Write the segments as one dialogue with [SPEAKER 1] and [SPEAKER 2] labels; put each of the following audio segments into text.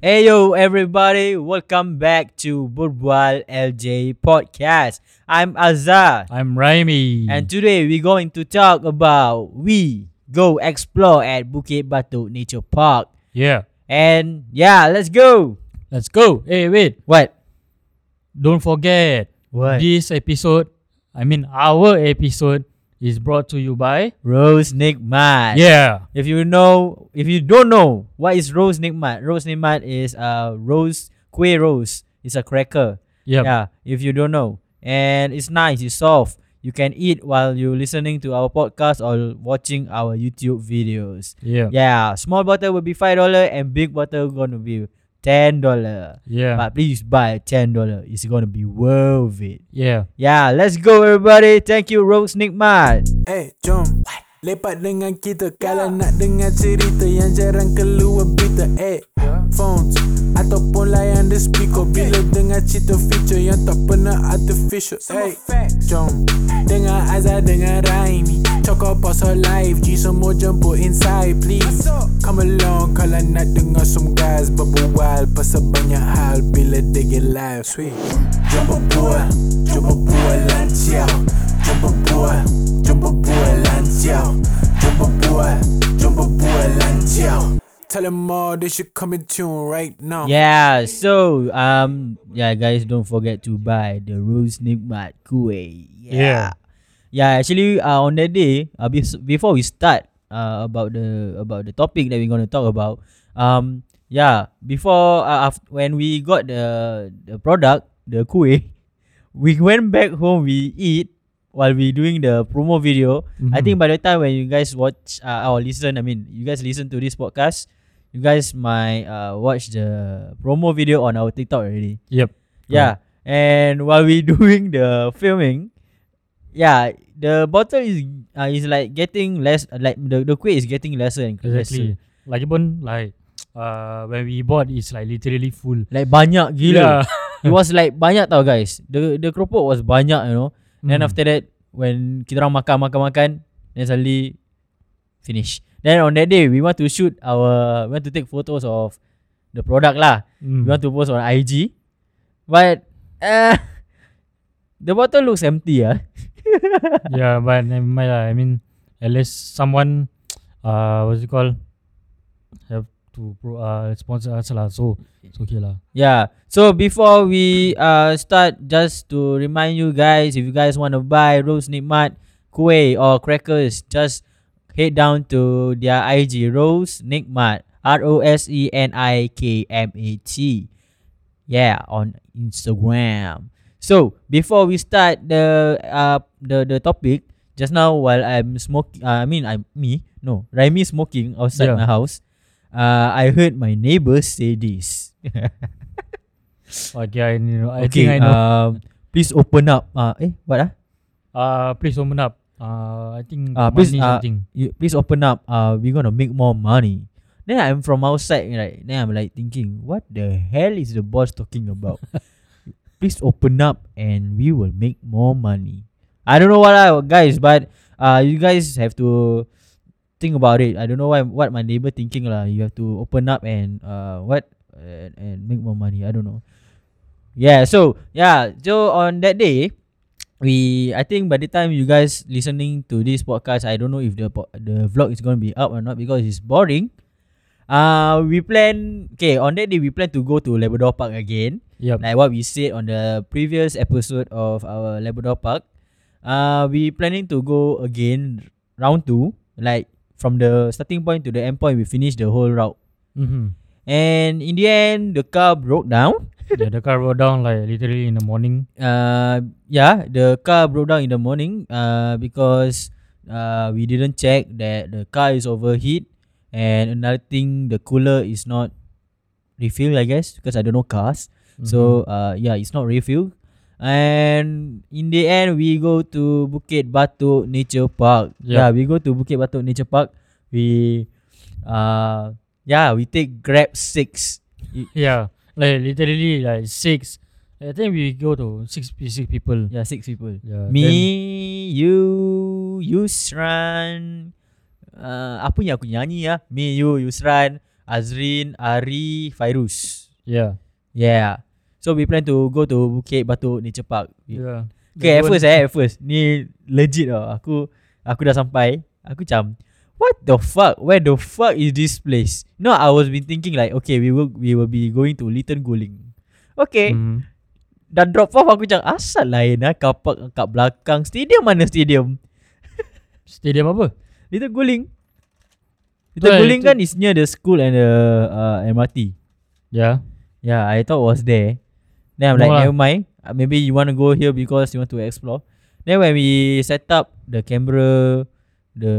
[SPEAKER 1] Hey yo everybody, welcome back to Burbual LJ Podcast. I'm Azhar
[SPEAKER 2] I'm Raimi.
[SPEAKER 1] and today we're going to talk about we go explore at Bukit Batok Nature Park.
[SPEAKER 2] yeah,
[SPEAKER 1] And yeah, let's go.
[SPEAKER 2] let's go. Hey, wait.
[SPEAKER 1] What?
[SPEAKER 2] Don't forget
[SPEAKER 1] What?
[SPEAKER 2] this episode, I mean our episode is brought to you by
[SPEAKER 1] Rose Nigmat.
[SPEAKER 2] Yeah.
[SPEAKER 1] If you know, if you don't know what is Rose Nigmat, Rose Nigmat is a rose, kuih rose. It's a cracker.
[SPEAKER 2] Yep.
[SPEAKER 1] Yeah, if you don't know. And it's nice, it's soft. You can eat while you're listening to our podcast or watching our YouTube videos.
[SPEAKER 2] Yeah. Yeah.
[SPEAKER 1] Yeah, small bottle will be five dollar and big bottle gonna be ten dollar.
[SPEAKER 2] Yeah.
[SPEAKER 1] But please buy ten dollar. It's gonna be worth it.
[SPEAKER 2] Yeah.
[SPEAKER 1] Yeah, let's go everybody. Thank you, Rose Nick Mart.
[SPEAKER 3] Eh, jom Lepak dengan kita Kalau nak dengar cerita Yang jarang keluar berita Eh, phones Ataupun layan the speaker Bila dengar cerita feature Yang tak pernah artificial Eh, jom Dengar Azhar, dengar Raimi Cakap pasal live G Semua jemput inside, please Come along Kalau nak dengar some guys Berbual Pasal banyak hal Bila they get live Sweet Jom berbual Jom berbual lancar Jom berbual Jom berbual lancar Jom berbual Jom berbual lancar Tell them all they should come in tune right now
[SPEAKER 1] Yeah, so um yeah guys don't forget to buy the Rose Nick Mart Kueh.
[SPEAKER 2] Yeah.
[SPEAKER 1] Yeah, actually, uh, on that day, uh, bef- before we start uh, about the about the topic that we're gonna talk about, um, yeah, before uh, af- when we got the the product, the kuih, we went back home. We eat while we doing the promo video.
[SPEAKER 2] Mm-hmm.
[SPEAKER 1] I
[SPEAKER 2] Hmm.
[SPEAKER 1] think by the time when you guys watch uh, or listen, I mean, you guys listen to this podcast, you guys might uh, watch the promo video on our TikTok already.
[SPEAKER 2] Yep.
[SPEAKER 1] Yeah. And while we doing the filming, yeah, the bottle is uh, is like getting less like the the quit is getting lesser and
[SPEAKER 2] Exactly.
[SPEAKER 1] lesser.
[SPEAKER 2] Lagipun like uh, when we bought it's like literally full.
[SPEAKER 1] Like banyak
[SPEAKER 2] Yeah.
[SPEAKER 1] gila. It was like banyak tau guys. The the keropok was banyak you know. Then
[SPEAKER 2] Mm.
[SPEAKER 1] after that when kita orang makan makan makan then suddenly finish. Then on that day we want to shoot our we want to take photos of the product lah. We
[SPEAKER 2] Mm.
[SPEAKER 1] want to post on IG. But uh, the bottle looks empty ah.
[SPEAKER 2] yeah, but never mind lah. I mean, at least someone, uh, what's it called, have to pro, uh, sponsor us lah. So it's okay lah.
[SPEAKER 1] Yeah. So before we uh start, just to remind you guys, if you guys want to buy Rose Nikmat Kueh or crackers, just head down to their IG Rose Nikmat R O S E N I K M A T. Yeah, on Instagram. So before we start the uh the the topic, just now while I'm smoking, uh, I mean I'm me no Raimi smoking outside
[SPEAKER 2] Yeah.
[SPEAKER 1] my house. Uh, I heard my neighbors say this.
[SPEAKER 2] Okay, I, know, I
[SPEAKER 1] okay,
[SPEAKER 2] think I know.
[SPEAKER 1] Um, please open up. Uh, eh, what ah?
[SPEAKER 2] Uh, please open up. Uh, I think
[SPEAKER 1] Uh, please,
[SPEAKER 2] money
[SPEAKER 1] uh,
[SPEAKER 2] something.
[SPEAKER 1] You, please open up. Uh, we're gonna make more money. Then I'm from outside, right? Then I'm like thinking, what the hell is the boss talking about? please open up, and we will make more money. I don't know what I, guys, but uh, you guys have to think about it. I don't know why what my neighbor thinking lah. You have to open up and uh what and, and make more money. I don't know. Yeah. So yeah. So on that day, we I think by the time you guys listening to this podcast, I don't know if the po- the vlog is gonna be up or not because it's boring. Uh, we plan okay on that day we plan to go to Labrador Park again
[SPEAKER 2] Yep.
[SPEAKER 1] like what we said on the previous episode of our Labrador Park. Uh, we planning to go again round two, like from the starting point to the end point. We finish the whole route,
[SPEAKER 2] mm-hmm.
[SPEAKER 1] and in the end, the car broke down.
[SPEAKER 2] yeah, the car rolled down like literally in the morning.
[SPEAKER 1] Uh, yeah, the car broke down in the morning. Uh, because uh, we didn't check that the car is overheat, and another thing, the cooler is not refilled. I guess because I don't know cars. So uh, yeah, it's not refuel. And in the end, we go to Bukit Batok Nature Park. Yeah,
[SPEAKER 2] Yeah.
[SPEAKER 1] we go to Bukit Batok Nature Park. We, uh, yeah, we take Grab six.
[SPEAKER 2] Mm-hmm. yeah, like literally like six. I think we go to six pe- six people.
[SPEAKER 1] Yeah, six people.
[SPEAKER 2] Yeah,
[SPEAKER 1] Me, Ah, you, Yusran. Uh, apa yang aku nyanyi ya? Me, you, Yusran. Azrin, Ari, Fairuz.
[SPEAKER 2] Yeah.
[SPEAKER 1] Yeah. So we plan to go to Bukit Batu Nature Park. Yeah.
[SPEAKER 2] Yeah.
[SPEAKER 1] Okay, at first eh, at first. Ni legit tau. Aku aku dah sampai. Aku macam What the fuck? Where the fuck is this place? No, I was been thinking like, okay, we will we will be going to Little Guling. Okay,
[SPEAKER 2] Mm.
[SPEAKER 1] dah drop off aku macam asal lain lah car park kat belakang stadium mana stadium?
[SPEAKER 2] Stadium apa?
[SPEAKER 1] Little Guling.
[SPEAKER 2] Betul
[SPEAKER 1] Little
[SPEAKER 2] lah,
[SPEAKER 1] Guling
[SPEAKER 2] itu-
[SPEAKER 1] kan is near the school and the uh, MRT.
[SPEAKER 2] Yeah.
[SPEAKER 1] Yeah, I thought was there. Then I'm
[SPEAKER 2] No
[SPEAKER 1] like,
[SPEAKER 2] lah.
[SPEAKER 1] never mind. Uh, maybe you want to go here because you want to explore. Then when we set up the camera, the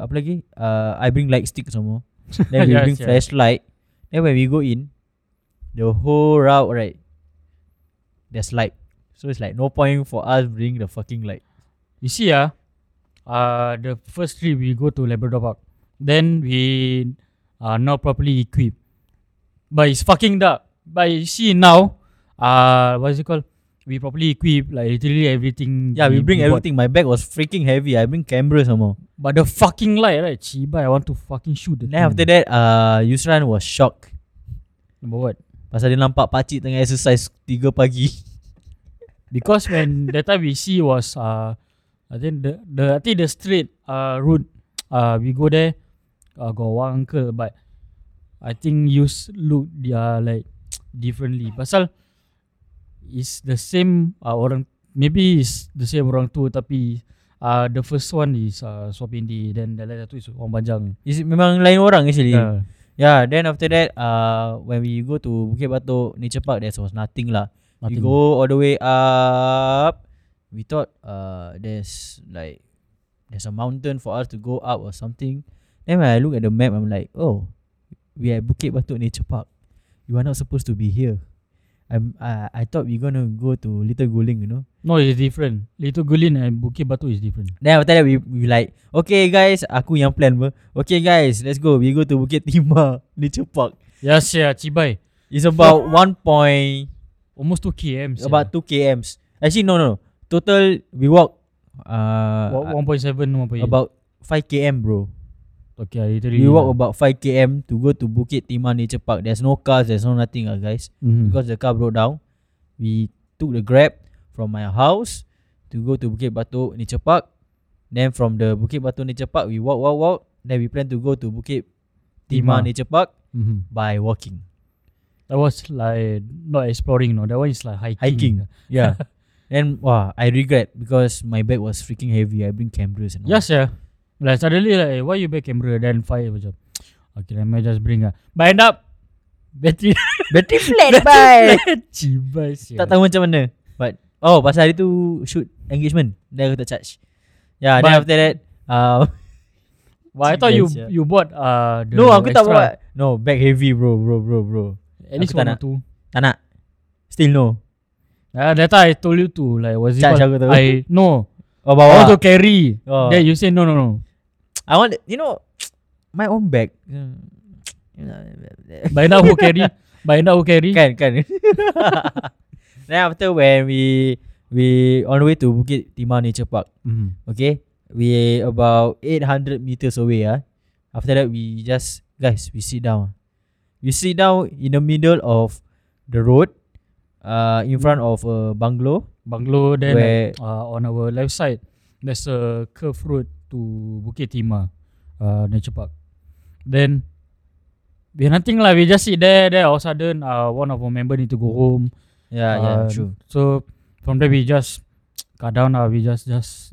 [SPEAKER 1] apa lagi? Uh, I bring light stick some more. Then we
[SPEAKER 2] Yes,
[SPEAKER 1] bring
[SPEAKER 2] yeah.
[SPEAKER 1] flashlight. Then when we go in, the whole route right, there's light. So it's like no point for us bring the fucking light.
[SPEAKER 2] You see ah, uh, the first trip we go to Labrador Park. Then we are not properly equipped. But it's fucking dark. But you see now, uh, what is it called? We properly equipped, like literally everything.
[SPEAKER 1] Yeah, we bring
[SPEAKER 2] bought.
[SPEAKER 1] everything. My bag was freaking heavy. I bring camera some more.
[SPEAKER 2] But the fucking light, right? Chiba, I want to fucking shoot the
[SPEAKER 1] Then after that, uh, Yusran was shocked.
[SPEAKER 2] Number what?
[SPEAKER 1] Pasal dia nampak pakcik tengah exercise 3 pagi.
[SPEAKER 2] Because when that time we see was uh, I think the the I think the straight uh route uh we go there uh, got one uncle but I think you s- look they are like differently. Pasal is the same uh, orang maybe is the same orang tu tapi uh, the first one is uh, Suap Indi then the lain satu is Uh, orang panjang.
[SPEAKER 1] Is memang lain orang actually. Yeah.
[SPEAKER 2] Yeah.
[SPEAKER 1] yeah, then after that uh when we go to Bukit Batok Nature Park there was nothing lah. We
[SPEAKER 2] Nothing.
[SPEAKER 1] go all the way up. We thought uh there's like there's a mountain for us to go up or something. Then when I look at the map I'm like, "Oh, we at Bukit Batok Nature Park. You are not supposed to be here." I'm I I thought we gonna go to Little Guling, you know.
[SPEAKER 2] No, it's different. Little Gulin and Bukit Batu is different.
[SPEAKER 1] Then after that we, we like Okay guys Aku yang plan apa Okay guys Let's go We go to Bukit Timah Nature Park
[SPEAKER 2] Yes, yeah, Cibai.
[SPEAKER 1] It's about 1 point
[SPEAKER 2] Almost 2 km. sia.
[SPEAKER 1] About 2 kms Actually no no no. Total we walk uh,
[SPEAKER 2] Wa- 1.7, 1.8.
[SPEAKER 1] About 5 km bro
[SPEAKER 2] Okay, I literally.
[SPEAKER 1] We walk about 5 km To go to Bukit Timah Nature Park There's no cars There's no nothing ah guys
[SPEAKER 2] mm.
[SPEAKER 1] Because the car broke down We took the grab From my house To go to Bukit Batok Nature Park Then from the Bukit Batok Nature Park We walk walk walk Then we plan to go to Bukit Timah
[SPEAKER 2] Timah.
[SPEAKER 1] Nature Park
[SPEAKER 2] hmm
[SPEAKER 1] By walking
[SPEAKER 2] That was like not exploring, no. That one is like hiking.
[SPEAKER 1] Hiking Yeah Then wah I regret Because my bag was freaking heavy I bring cameras and all
[SPEAKER 2] Yes, yeah. Like suddenly like eh, why you back camera then fire macam. Okay, let me just bring ah. But end up battery
[SPEAKER 1] Battery flat bye
[SPEAKER 2] cibai sia.
[SPEAKER 1] Tak tahu macam mana But Oh pasal hari tu Shoot engagement Then aku tak charge Yeah then
[SPEAKER 2] But-
[SPEAKER 1] after that uh,
[SPEAKER 2] Why I thought you
[SPEAKER 1] Cibai sia.
[SPEAKER 2] you bought uh the
[SPEAKER 1] No aku
[SPEAKER 2] extra.
[SPEAKER 1] tak bawa No bag heavy bro bro bro bro
[SPEAKER 2] At least
[SPEAKER 1] Aku tak
[SPEAKER 2] one or
[SPEAKER 1] nak.
[SPEAKER 2] two.
[SPEAKER 1] Tak nak Still no
[SPEAKER 2] Ah, that time I told you to like was it
[SPEAKER 1] Charge
[SPEAKER 2] called-
[SPEAKER 1] aku tu.
[SPEAKER 2] I no.
[SPEAKER 1] Oh
[SPEAKER 2] I
[SPEAKER 1] bawa
[SPEAKER 2] want to carry.
[SPEAKER 1] Oh.
[SPEAKER 2] Then you say no no no.
[SPEAKER 1] I want You know My own bag
[SPEAKER 2] By now who carry? By now who carry?
[SPEAKER 1] Kan kan Then after when we We on the way to Bukit Timah Nature Park
[SPEAKER 2] Mhm.
[SPEAKER 1] Okay We about 800 meters away ah. After that we just Guys we sit down We sit down in the middle of The road uh, In front of a bungalow
[SPEAKER 2] bungalow then
[SPEAKER 1] Where-
[SPEAKER 2] like, uh, on our left side there's a curve road to Bukit Timah uh, nature park then we nothing lah we just sit there there all of a sudden uh, one of our member need to go home
[SPEAKER 1] Yeah Ah, yeah
[SPEAKER 2] Uh,
[SPEAKER 1] true
[SPEAKER 2] so from there we just cut down lah we just just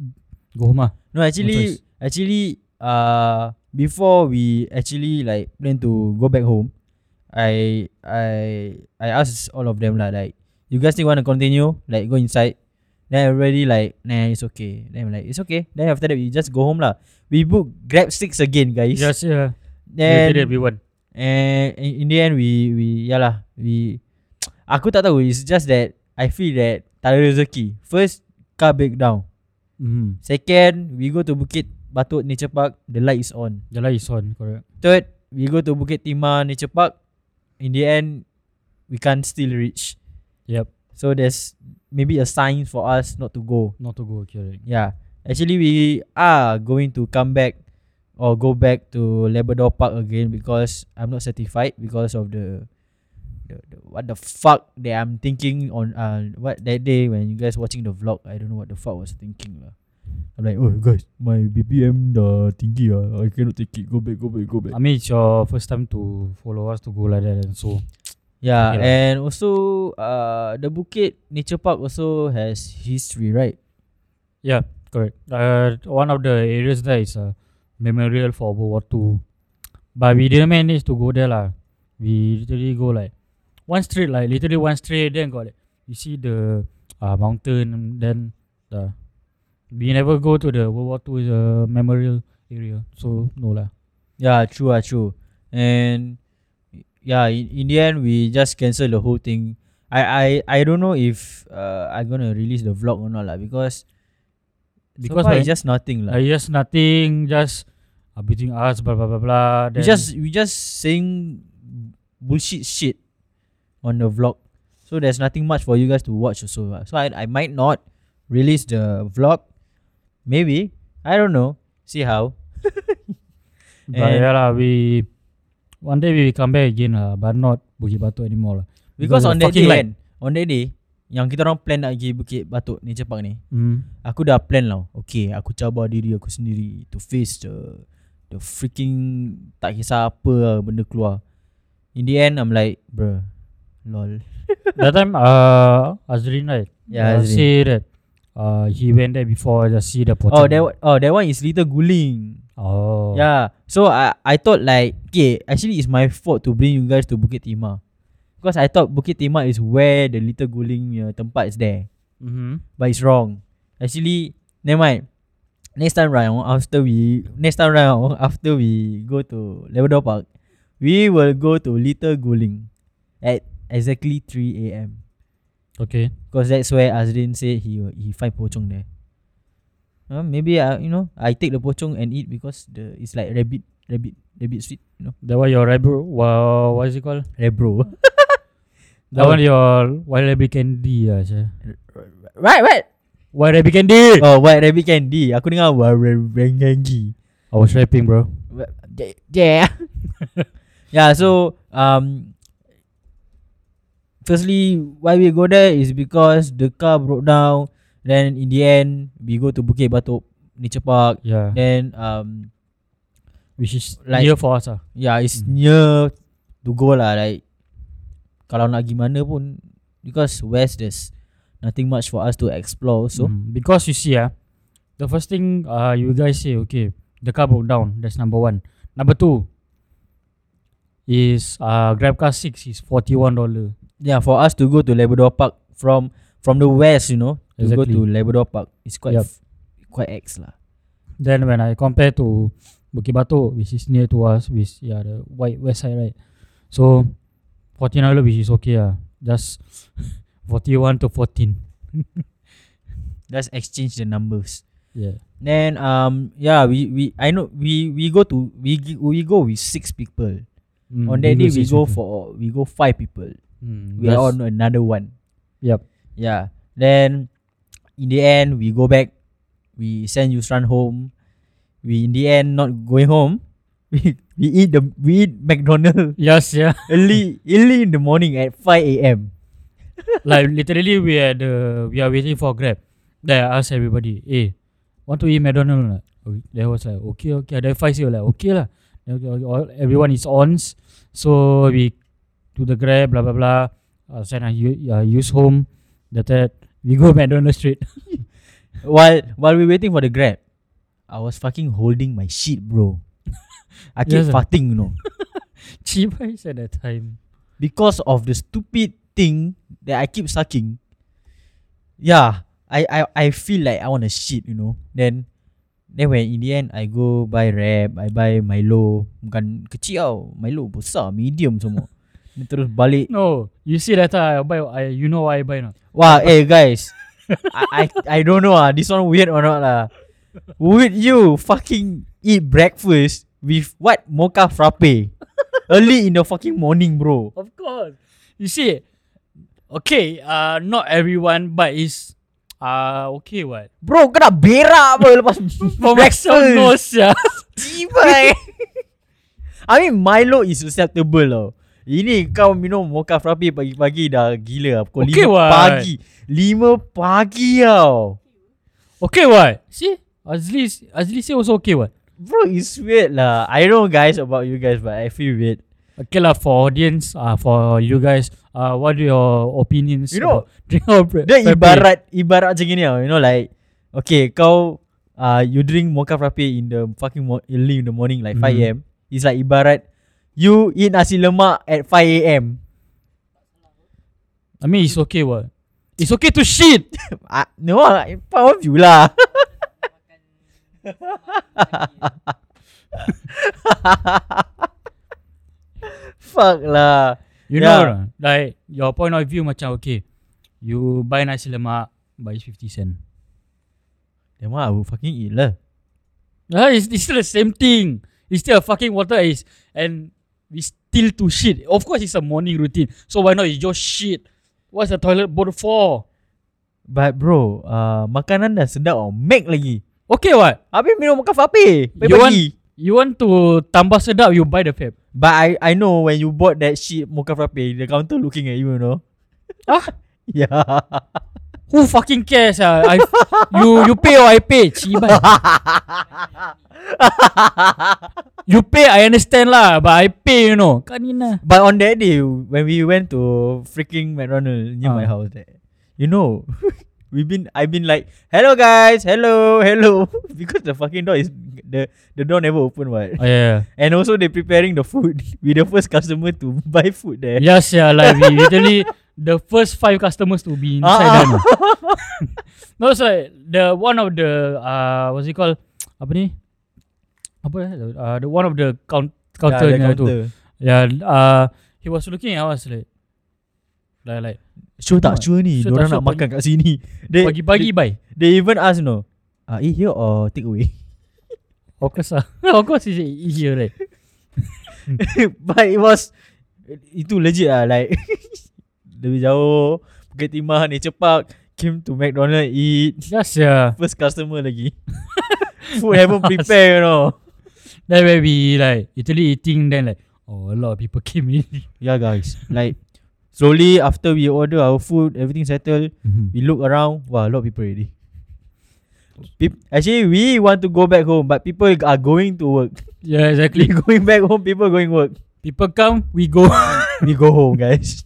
[SPEAKER 2] go home lah
[SPEAKER 1] No, actually,
[SPEAKER 2] choice.
[SPEAKER 1] actually, uh, before we actually like plan to go back home, I I I asked all of them lah like, you guys still want to continue? Like go inside. Then everybody like, nah, it's okay. Then I'm like, it's okay. Then after that, we just go home lah. We book Grab six again, guys.
[SPEAKER 2] just uh, we did it
[SPEAKER 1] Then
[SPEAKER 2] we won
[SPEAKER 1] and in the end, we we yeah lah we. Aku tak tahu. It's just that I feel that tak ada rezeki. First car breakdown.
[SPEAKER 2] mm.
[SPEAKER 1] Second, we go to Bukit Batok Nature Park, the light is on.
[SPEAKER 2] Jalan is on correct
[SPEAKER 1] Third, we go to Bukit Timah Nature Park. In the end, we can't still reach.
[SPEAKER 2] yep
[SPEAKER 1] So there's maybe a sign for us not to go. Ya,
[SPEAKER 2] not to go correct
[SPEAKER 1] Yeah. Actually, we are going to come back or go back to Labrador Park again because I'm not certified because of the the, the what the fuck that I'm thinking on uh what that day when you guys watching the vlog I don't know what the fuck was thinking lah. I'm like oh guys my BPM dah tinggi ah I cannot take it go back go back go back.
[SPEAKER 2] I mean, it's your first time to follow us to go like that, and so
[SPEAKER 1] Yeah,
[SPEAKER 2] Okay lah.
[SPEAKER 1] and also uh the Bukit Nature Park also has history, right?
[SPEAKER 2] yeah, correct. Uh, one of the areas there is a memorial for World War Two, but we didn't manage to go there lah. We literally go like one street, like literally one street. Then got like, you see the uh, mountain. Then the we never go to the World War Two uh, memorial area, so no lah.
[SPEAKER 1] Yeah, true, ah, true. And yeah, in, in the end we just cancel the whole thing. I I I don't know if uh I'm gonna release the vlog or not lah because
[SPEAKER 2] Because
[SPEAKER 1] so far
[SPEAKER 2] when-
[SPEAKER 1] it's just nothing lah.
[SPEAKER 2] Like just nothing, just uh, between us, blah blah blah blah.
[SPEAKER 1] we
[SPEAKER 2] then-
[SPEAKER 1] just we just saying bullshit shit on the vlog. So there's nothing much for you guys to watch also. lah. So I I might not release the vlog. Maybe I don't know. See how.
[SPEAKER 2] But
[SPEAKER 1] And-
[SPEAKER 2] yeah lah, we one day we will come back again lah, but not Bukit Batok anymore lah.
[SPEAKER 1] Because
[SPEAKER 2] Because
[SPEAKER 1] on that
[SPEAKER 2] of
[SPEAKER 1] day
[SPEAKER 2] fucking
[SPEAKER 1] kan On that day Yang kita orang plan nak pergi Bukit Batok Nature Park ni
[SPEAKER 2] Hmm.
[SPEAKER 1] Aku dah plan lah Okay aku cabar diri aku sendiri To face the The freaking Tak kisah apa lah Benda keluar In the end I'm like Bruh Lol
[SPEAKER 2] that time, uh, Azrin right?
[SPEAKER 1] Yeah,
[SPEAKER 2] uh,
[SPEAKER 1] Azrin.
[SPEAKER 2] Say that uh, he went there before just see the
[SPEAKER 1] Oh
[SPEAKER 2] potential.
[SPEAKER 1] that, one- oh that one is little guling oh.
[SPEAKER 2] Oh.
[SPEAKER 1] Yeah So I I thought like Okay actually it's my fault To bring you guys to Bukit Timah Because I thought Bukit Timah is where The little guling punya tempat is there
[SPEAKER 2] Mm-hmm.
[SPEAKER 1] but it's wrong. Actually, never mind. Next time round after we next time round after we go to Labrador Park, we will go to Little Guling at exactly 3 a.m.
[SPEAKER 2] Okay.
[SPEAKER 1] Cause that's where Azrin said he he find pochong there. Uh, maybe uh, you know I take the pochong and eat because the it's like rabbit rabbit rabbit sweet you know
[SPEAKER 2] That one your rabbit. Wow, what is it called?
[SPEAKER 1] rebro
[SPEAKER 2] That
[SPEAKER 1] Oh.
[SPEAKER 2] one your wild rabbit candy lah. sia.
[SPEAKER 1] right right
[SPEAKER 2] Wild rabbit candy.
[SPEAKER 1] oh white rabbit candy aku dengar warengangi
[SPEAKER 2] I was rapping, bro.
[SPEAKER 1] Well, y- yeah yeah so um firstly why we go there is because the car broke down then in the end we go to Bukit Batok Nature Park
[SPEAKER 2] Yeah.
[SPEAKER 1] then um
[SPEAKER 2] Which is
[SPEAKER 1] Like-
[SPEAKER 2] near for us ah.
[SPEAKER 1] yeah it's
[SPEAKER 2] Mm.
[SPEAKER 1] near to go lah like kalau nak gimana pun because west there's nothing much for us to explore so
[SPEAKER 2] Mm, because you see ah, the first thing uh, you guys say okay, the car broke down. That's number one. Number two is uh, Grab Car Six is forty one dollar.
[SPEAKER 1] yeah for us to go to Labrador Park from from the west you know to go
[SPEAKER 2] Exactly.
[SPEAKER 1] to Labrador Park it's quite
[SPEAKER 2] Yup.
[SPEAKER 1] f- quite ex lah
[SPEAKER 2] Then when I compare to Bukit Batok, which is near to us, which yeah the white west side right, so fourteen dollar which is okay ah, just forty one to fourteen.
[SPEAKER 1] Let's exchange the numbers.
[SPEAKER 2] Yeah.
[SPEAKER 1] Then um yeah we we I know we we go to we gi- we go with six people.
[SPEAKER 2] Mm,
[SPEAKER 1] On that day we
[SPEAKER 2] six
[SPEAKER 1] go
[SPEAKER 2] people.
[SPEAKER 1] for we go five people.
[SPEAKER 2] Mm,
[SPEAKER 1] We are
[SPEAKER 2] that's-
[SPEAKER 1] on another one.
[SPEAKER 2] Yup.
[SPEAKER 1] Yeah. Then in the end we go back. We send Yusran home. We in the end not going home. We we eat the we eat McDonald's
[SPEAKER 2] Yes, yeah.
[SPEAKER 1] early early in the morning at five a.m.
[SPEAKER 2] like literally we are the we are waiting for Grab. Then I asked everybody, hey, want to eat McDonald's? or not?" Oh, They was like, okay, okay. Then five you like, okay lah. Then we all- all- Everyone is on. So we do the Grab, blah blah blah. Uh, send a u- uh, use home. That that we go McDonald's straight.
[SPEAKER 1] while while we waiting for the grab, I was fucking holding my shit, bro. I keep
[SPEAKER 2] Yes, sir.
[SPEAKER 1] farting, you know.
[SPEAKER 2] Cheap I said that time.
[SPEAKER 1] because of the stupid thing that I keep sucking. Yeah, I I, I feel like I want to shit, you know. Then then when in the end I go buy wrap, I buy Milo, bukan kecil tau, Milo besar, medium semua. Then terus balik.
[SPEAKER 2] No, you see that time I buy. I you know why I buy not?
[SPEAKER 1] Wah, eh guys. I, I I don't know ah, this one weird or not lah. Would you fucking eat breakfast with what mocha frappe? Early in the fucking morning, bro.
[SPEAKER 2] Of course. You see, okay, uh, not everyone, but it's Ah, uh, okay what?
[SPEAKER 1] Bro kau nak berak apa lepas
[SPEAKER 2] Pemasok
[SPEAKER 1] breakfast
[SPEAKER 2] nose ya.
[SPEAKER 1] Cibai I mean Milo is acceptable tau Ini kau minum mocha frappe pagi-pagi dah gila lah. Pukul
[SPEAKER 2] Okay,
[SPEAKER 1] 5
[SPEAKER 2] what?
[SPEAKER 1] pagi 5 pagi tau
[SPEAKER 2] Okay what? See? Azli Azli say also okay what?
[SPEAKER 1] Bro it's weird lah I don't know guys about you guys But I feel weird
[SPEAKER 2] Okay lah for audience uh, for you guys uh, what are your opinions
[SPEAKER 1] You know,
[SPEAKER 2] about drink or break?
[SPEAKER 1] Dia ibarat Ibarat macam gini tau You know like Okay kau uh, You drink mocha frappe In the fucking mo- Early in the morning Like
[SPEAKER 2] Mhm.
[SPEAKER 1] 5am It's like ibarat You eat nasi lemak At 5am
[SPEAKER 2] I mean it's okay what? It's okay to shit.
[SPEAKER 1] Ah, no lah, Part of you lah Fuck lah
[SPEAKER 2] You
[SPEAKER 1] Yeah.
[SPEAKER 2] know like your point of view macam okay. You buy nasi lemak buy 50 cent.
[SPEAKER 1] Then what I will fucking eat lah
[SPEAKER 2] Ah, it's, it's still the same thing. It's still a fucking water is and we still to shit. Of course, it's a morning routine. So why not you just shit? What's the toilet bowl for?
[SPEAKER 1] But bro uh, Makanan dah sedap oh. Mac lagi
[SPEAKER 2] Okay, what
[SPEAKER 1] Habis minum makan frappe
[SPEAKER 2] you want?
[SPEAKER 1] Pagi-pagi
[SPEAKER 2] You want to tambah sedap? You buy the fab.
[SPEAKER 1] But I I know when you bought that shit mocha frappe, the counter looking at you, you know.
[SPEAKER 2] Ah,
[SPEAKER 1] Yeah.
[SPEAKER 2] who fucking cares? ah? I you you pay or I pay. Cibai. you pay, I understand lah. But I pay, you know. Kan, Kanina.
[SPEAKER 1] but on that day, when we went to freaking McDonald's near
[SPEAKER 2] Ah.
[SPEAKER 1] my house, eh, you know, we've been I've been like, hello guys, hello, hello, because the fucking door is the the door never open, what?
[SPEAKER 2] Oh, yeah.
[SPEAKER 1] And also they preparing the food. we the first customer to buy food there.
[SPEAKER 2] yeah. Yes, yeah. Like we literally the first five customers to be inside.
[SPEAKER 1] Ah,
[SPEAKER 2] there, no? No, it's like the one of the uh, what's it called? apa ni? Apa eh? Uh, the one of the count
[SPEAKER 1] Yeah,
[SPEAKER 2] counter
[SPEAKER 1] the
[SPEAKER 2] yeah, tu.
[SPEAKER 1] counter.
[SPEAKER 2] Yeah, uh, he was looking at us like, like, like
[SPEAKER 1] Sure tak
[SPEAKER 2] Tengok.
[SPEAKER 1] sure ni
[SPEAKER 2] Sure
[SPEAKER 1] Diorang
[SPEAKER 2] tak sure
[SPEAKER 1] nak makan kat sini They,
[SPEAKER 2] pagi-pagi bye.
[SPEAKER 1] they, they even ask no uh, Eat here or take away
[SPEAKER 2] Of course lah. of course is here right.
[SPEAKER 1] But it was Itu legit lah Like Lebih jauh Bukit Timah Nature Park Came to McDonald Eat
[SPEAKER 2] Yes, yeah.
[SPEAKER 1] First customer lagi Food haven't prepare you know
[SPEAKER 2] Then when we like Italy eating, then like oh a lot of people came in.
[SPEAKER 1] Yeah guys Like Slowly after we order our food Everything settled
[SPEAKER 2] Mhm.
[SPEAKER 1] We look around Wow a lot of people already Peop- Actually we want to go back home But people are going to work We
[SPEAKER 2] yeah, exactly.
[SPEAKER 1] going back home People going work
[SPEAKER 2] People come, we go.
[SPEAKER 1] We go home guys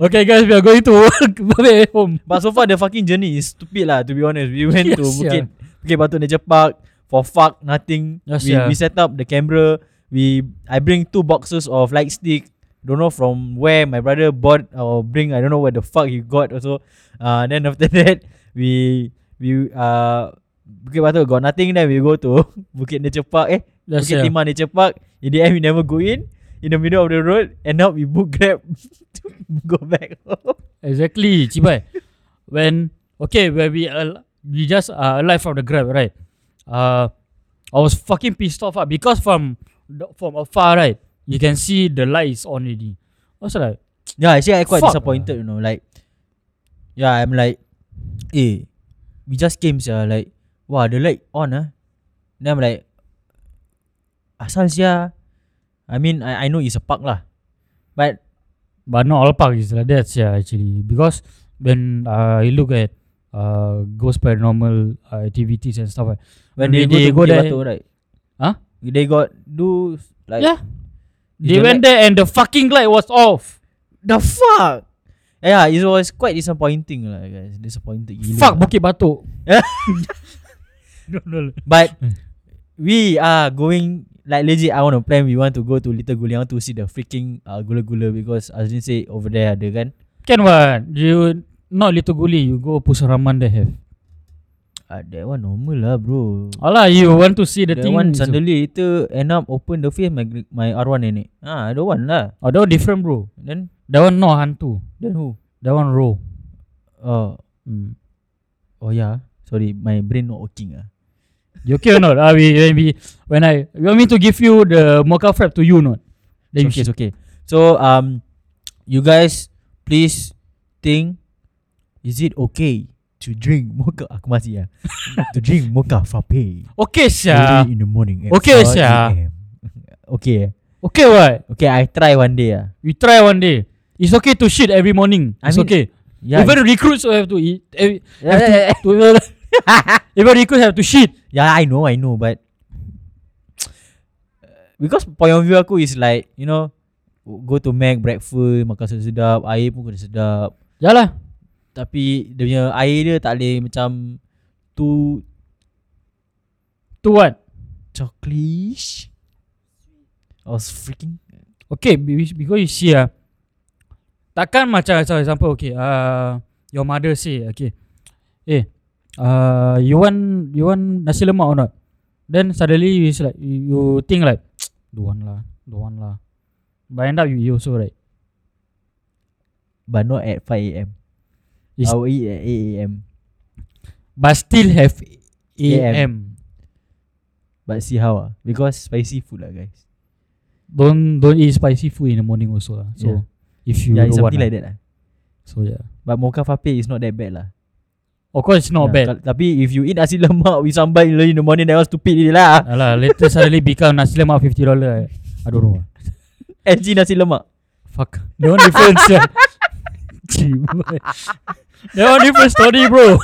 [SPEAKER 2] okay, guys, we are going to work. Bye home.
[SPEAKER 1] But so far the fucking journey is stupid lah. To be honest, we went to
[SPEAKER 2] Yes,
[SPEAKER 1] Bukit Bukit Batu Nature Park for fuck nothing.
[SPEAKER 2] Yes,
[SPEAKER 1] we
[SPEAKER 2] yeah.
[SPEAKER 1] we set up the camera. We I bring two boxes of light stick. Don't know from where my brother bought or bring. I don't know where the fuck he got also. Uh, then after that we we uh Bukit Batu got nothing. Then we go to Bukit Nature Park. Eh,
[SPEAKER 2] Yes,
[SPEAKER 1] Bukit
[SPEAKER 2] yeah.
[SPEAKER 1] Timah Nature Park. In the end, we never go in. In the middle of the road, and now we book Grab to go back home.
[SPEAKER 2] Exactly, Cibai. when okay, when we al- we just uh, alive from the grab, right? Uh, I was fucking pissed off ah, because from the- from afar, right, you can see the light is on already. I was like,
[SPEAKER 1] Yeah, actually I quite
[SPEAKER 2] Fuck
[SPEAKER 1] disappointed, you know. Like, yeah, I'm like, eh, we just came, sia. Like, wow, the light on, ah. Then I'm like, asal sia. I mean, I I know it's a park lah, but
[SPEAKER 2] but not all park is like that, yeah, actually, because when uh, you look at uh, ghost paranormal uh, activities and stuff, right,
[SPEAKER 1] when
[SPEAKER 2] They-
[SPEAKER 1] they,
[SPEAKER 2] they
[SPEAKER 1] go to Bukit
[SPEAKER 2] go there-
[SPEAKER 1] Batu, right?
[SPEAKER 2] Huh?
[SPEAKER 1] They got do like
[SPEAKER 2] yeah,
[SPEAKER 1] Is
[SPEAKER 2] they
[SPEAKER 1] the
[SPEAKER 2] went there and the fucking light was off.
[SPEAKER 1] the fuck. Yeah, it was quite disappointing lah, guys. Disappointed. Gila
[SPEAKER 2] Fuck
[SPEAKER 1] lah.
[SPEAKER 2] Bukit Batok.
[SPEAKER 1] Yeah.
[SPEAKER 2] No, no, no.
[SPEAKER 1] But
[SPEAKER 2] Hmm.
[SPEAKER 1] we are going like legit. I want to plan. We want to go to Little Guliang to see the freaking uh, gula gula because Azrin say over there ada kan.
[SPEAKER 2] Can what? You not Little Guli, you go Pusaraman they have.
[SPEAKER 1] Uh, that one normal lah bro.
[SPEAKER 2] Alah, you want to see the
[SPEAKER 1] that
[SPEAKER 2] thing.
[SPEAKER 1] one
[SPEAKER 2] is-
[SPEAKER 1] suddenly later end up open the face my gr- my arwan nenek. Ah, I don't want lah.
[SPEAKER 2] Oh, that one different bro.
[SPEAKER 1] Then
[SPEAKER 2] That one no hantu.
[SPEAKER 1] then who?
[SPEAKER 2] That one raw.
[SPEAKER 1] Oh
[SPEAKER 2] Mm.
[SPEAKER 1] oh yeah. Sorry, my brain not working ah.
[SPEAKER 2] You okay or not? Ah, we, when we when I you want me to give you the mocha frap to you or not? Then
[SPEAKER 1] It's okay,
[SPEAKER 2] you
[SPEAKER 1] it's okay. So um, you guys please think Is it okay to drink mocha? Aku masih ya. to drink mocha frappe
[SPEAKER 2] Okay sia.
[SPEAKER 1] early in the morning. at 4
[SPEAKER 2] Okay, sia.
[SPEAKER 1] AM. okay. eh.
[SPEAKER 2] Okay what?
[SPEAKER 1] Okay, I try one day ah.
[SPEAKER 2] We try one day. It's okay to shit every morning.
[SPEAKER 1] I
[SPEAKER 2] It's
[SPEAKER 1] mean,
[SPEAKER 2] okay.
[SPEAKER 1] Yeah.
[SPEAKER 2] Even recruits will have to eat. eh,
[SPEAKER 1] yeah, yeah, yeah.
[SPEAKER 2] have to- Even recruits have to shit.
[SPEAKER 1] Yeah, I know, I know, but because point of view aku is like, you know, go to Mac breakfast, makan sedap-sedap, air pun kena sedap.
[SPEAKER 2] Yalah.
[SPEAKER 1] Tapi dia punya air dia tak boleh macam too
[SPEAKER 2] To what?
[SPEAKER 1] chocolate. I was freaking
[SPEAKER 2] Okay, be- be- because you see ah. Takkan macam for example okay, uh, your mother say okay, eh, uh, you want you want nasi lemak or not? Then suddenly it's like you, you think like don't want lah, don't want lah. But end up you, you also right.
[SPEAKER 1] but not at 5 a.m.
[SPEAKER 2] Is-
[SPEAKER 1] I will eat at 8 a.m.
[SPEAKER 2] But still have
[SPEAKER 1] AM.
[SPEAKER 2] AM.
[SPEAKER 1] But see how ah, because spicy food lah guys.
[SPEAKER 2] Don't don't eat spicy food in the morning also lah. So
[SPEAKER 1] Yeah.
[SPEAKER 2] if you
[SPEAKER 1] yeah,
[SPEAKER 2] don't
[SPEAKER 1] it's
[SPEAKER 2] want
[SPEAKER 1] something like
[SPEAKER 2] like
[SPEAKER 1] that lah.
[SPEAKER 2] so yeah.
[SPEAKER 1] But mocha frappe is not that bad lah.
[SPEAKER 2] Of course it's not bad.
[SPEAKER 1] kal- Tapi if you eat nasi lemak with sambal early in the morning, that was stupid already lah.
[SPEAKER 2] Alah, later suddenly become nasi lemak fifty dollar. I don't know. ah.
[SPEAKER 1] SG nasi lemak.
[SPEAKER 2] Fuck. That one different sia. Gee, boy. that one different story bro.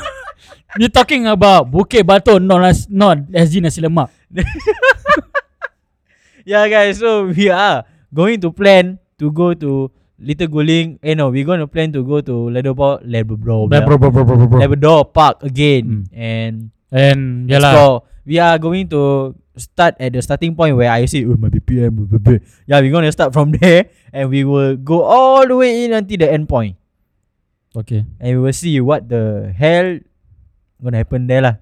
[SPEAKER 2] We talking about Bukit Batok not nas, not SG nasi lemak.
[SPEAKER 1] Yeah guys, so we are going to plan to go to Little Guling. Eh no, we're going to plan to go to Labrador Labrador
[SPEAKER 2] Oh, Bro, bro, bro, bro, bro, bro.
[SPEAKER 1] Labrador Park again
[SPEAKER 2] Mm.
[SPEAKER 1] and
[SPEAKER 2] And lah. yalah.
[SPEAKER 1] explore. We are going to start at the starting point where I say oh, my BPM. blah, blah, blah." Yeah, we're going to start from there and we will go all the way in until the end point.
[SPEAKER 2] Okay.
[SPEAKER 1] and we will see what the hell gonna happen there lah.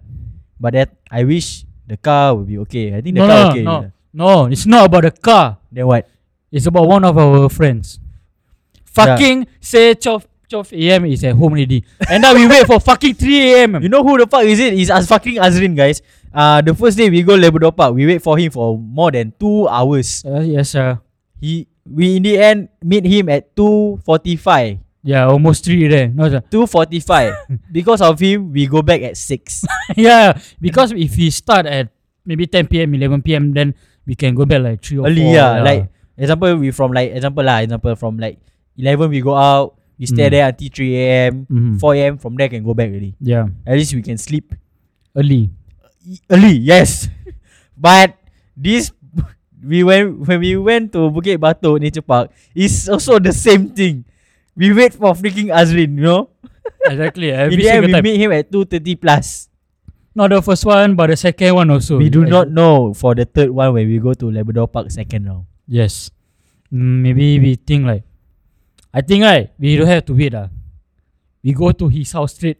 [SPEAKER 1] But that I wish the car will be okay. I think the
[SPEAKER 2] No,
[SPEAKER 1] car
[SPEAKER 2] no,
[SPEAKER 1] okay.
[SPEAKER 2] no.
[SPEAKER 1] lah.
[SPEAKER 2] No, it's not about the car.
[SPEAKER 1] Then what?
[SPEAKER 2] It's about one of our friends. Fucking say 12 12 a.m. is at home already. And now we wait for fucking 3 a.m.
[SPEAKER 1] You know who the fuck is it? Is as fucking Azrin guys. Uh the first day we go Labrador Park, we wait for him for more than two hours.
[SPEAKER 2] Uh, yes, sir.
[SPEAKER 1] He we in the end meet him at two forty five.
[SPEAKER 2] Yeah, almost 3 there. No, sir.
[SPEAKER 1] Two forty five. because of him, we go back at six.
[SPEAKER 2] yeah, because if we start at maybe 10 p.m., 11 p.m., then we can go back like 3 or 4.
[SPEAKER 1] Early yeah. Like example we from like example lah example from like eleven we go out, we stay
[SPEAKER 2] Mm.
[SPEAKER 1] there until three a.m.
[SPEAKER 2] Mhm.
[SPEAKER 1] 4 a.m. From there can go back already.
[SPEAKER 2] Yeah,
[SPEAKER 1] At least we can sleep
[SPEAKER 2] early.
[SPEAKER 1] e- early. Yes, but this we went when we went to Bukit Batok Nature Park is also the same thing. We wait for freaking Azrin, you know.
[SPEAKER 2] Exactly.
[SPEAKER 1] In
[SPEAKER 2] Every
[SPEAKER 1] the end,
[SPEAKER 2] single
[SPEAKER 1] we
[SPEAKER 2] time.
[SPEAKER 1] meet him at two thirty plus.
[SPEAKER 2] Not the first one, but the second one also.
[SPEAKER 1] we do
[SPEAKER 2] Ex-
[SPEAKER 1] not know for the third one when we go to Labrador Park second round.
[SPEAKER 2] Yes. Mm, maybe we think like, I think right, we don't have to wait ah. We go to his house straight.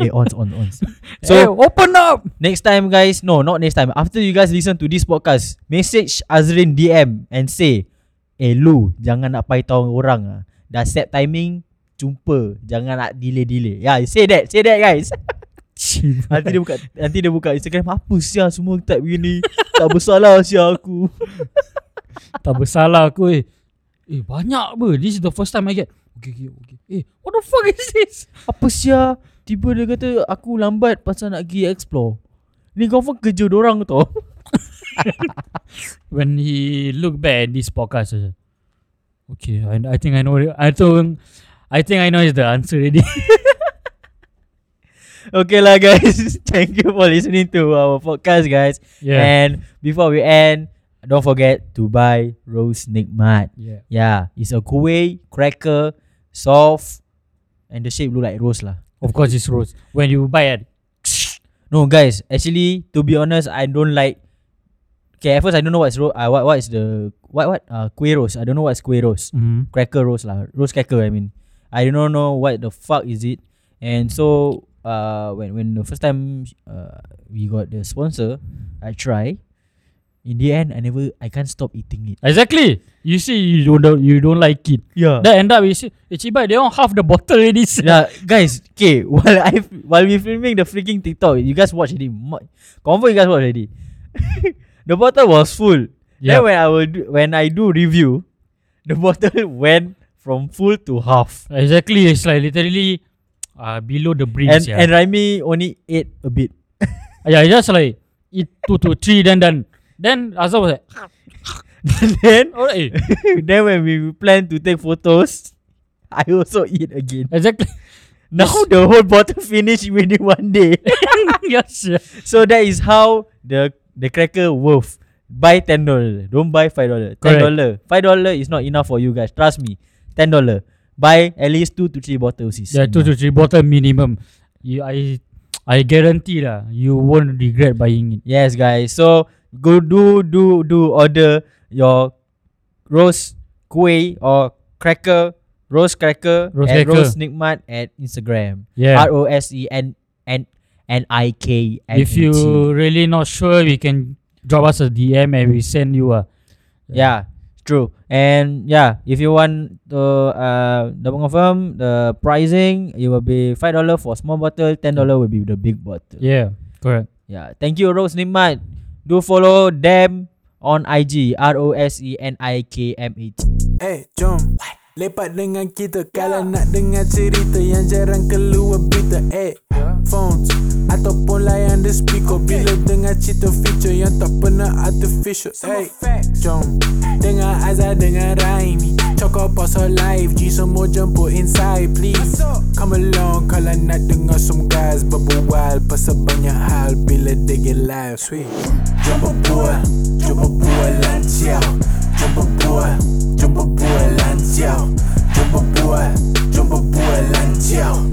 [SPEAKER 1] eh, on, on, on.
[SPEAKER 2] So
[SPEAKER 1] So-
[SPEAKER 2] Eh, open up.
[SPEAKER 1] Next time, guys. No, not next time. After you guys listen to this podcast, message Azrin DM and say, Eh lu, jangan nak paitau orang ah. Dah set timing, jumpa. Jangan nak delay-delay. Yeah, say that. Say that, guys. nanti dia buka nanti dia buka Instagram apa sia semua type begini. tak bersalah sia aku.
[SPEAKER 2] tak bersalah aku eh. Eh banyak apa. This is the first time I get. Okay, okay, okay. Eh, what the fuck is this?
[SPEAKER 1] Apa sia? Tiba dia kata aku lambat pasal nak pergi explore. Ni confirm kerja orang tau.
[SPEAKER 2] when he look back at this podcast, I said, okay, I, I think I know. it- I think I think I know is the answer already.
[SPEAKER 1] okay lah guys. Thank you for listening to our podcast guys.
[SPEAKER 2] yeah,
[SPEAKER 1] And before we end, don't forget to buy Rose Nick Mud.
[SPEAKER 2] yeah.
[SPEAKER 1] Yeah, it's a kuih, cracker, soft, and the shape look like rose lah.
[SPEAKER 2] Of course, it's rose. When you buy it,
[SPEAKER 1] No guys, actually to be honest, I don't like. Okay, at first I don't know what's ro- uh, what what is the what what uh, kuih rose. I don't know what's kuih rose.
[SPEAKER 2] mm,
[SPEAKER 1] Cracker rose lah, rose cracker. I mean, I don't know what the fuck is it. And so uh, when when the first time uh, we got the sponsor, I try. In the end, I never I can't stop eating it.
[SPEAKER 2] exactly. You see, you don't- don't you don't like it.
[SPEAKER 1] Yeah.
[SPEAKER 2] That end up you see, it's buy they don't half the bottle already.
[SPEAKER 1] Nah,
[SPEAKER 2] Yeah.
[SPEAKER 1] guys, okay, while I while we filming the freaking TikTok, you guys watch already. Mo- Confirm you guys watch already. the bottle was full. Then
[SPEAKER 2] yeah.
[SPEAKER 1] when I will do, when I do review, the bottle went from full to half.
[SPEAKER 2] Exactly. It's like literally uh, below the bridge
[SPEAKER 1] And
[SPEAKER 2] yeah.
[SPEAKER 1] and Raimi only ate a bit.
[SPEAKER 2] yeah, just like eat two to three then done. Then Azhar was like,
[SPEAKER 1] then
[SPEAKER 2] all right,
[SPEAKER 1] then when we plan to take photos, I also eat again.
[SPEAKER 2] exactly.
[SPEAKER 1] Now the whole bottle finished within one day.
[SPEAKER 2] yes, yeah.
[SPEAKER 1] so that is how the the cracker worth. Buy ten dollar. Don't buy five dollar. Ten
[SPEAKER 2] Correct.
[SPEAKER 1] dollar. Five dollar is not enough for you guys. Trust me. Ten dollar. Buy at least two to three bottles. Is
[SPEAKER 2] yeah, two to
[SPEAKER 1] enough.
[SPEAKER 2] three bottle minimum. You, I, I guarantee lah, you won't regret buying it.
[SPEAKER 1] Yes, guys. So go do do do order your roast kuih or cracker roast cracker
[SPEAKER 2] Roast
[SPEAKER 1] at
[SPEAKER 2] cracker.
[SPEAKER 1] roast nikmat at Instagram.
[SPEAKER 2] Yeah.
[SPEAKER 1] R O S E N N N I K N
[SPEAKER 2] if
[SPEAKER 1] E T.
[SPEAKER 2] you really not sure, we can drop us a DM and we send you a.
[SPEAKER 1] Yeah, true. And yeah, if you want to uh double confirm the pricing, it will be five dollar for small bottle, ten dollar will be the big bottle.
[SPEAKER 2] Yeah, correct.
[SPEAKER 1] Yeah. Thank you, Rose Nimad. Do follow them on IG R O S E N I K M E T.
[SPEAKER 3] Eh, jom Lepak dengan kita Kalau nak dengar cerita Yang jarang keluar berita Eh, phones Ataupun layan the speaker Bila dengar cerita feature Yang tak pernah artificial Eh, jom Dengar Azhar, dengar Raimi Cakap pasal live G semua jemput inside please Come along Kalau nak dengar some guys Berbual pasal banyak hal Bila they get live Sweet Jom berbual Jom berbual lancar Jom berbual Jom berbual lancar Jom berbual Jom berbual lancar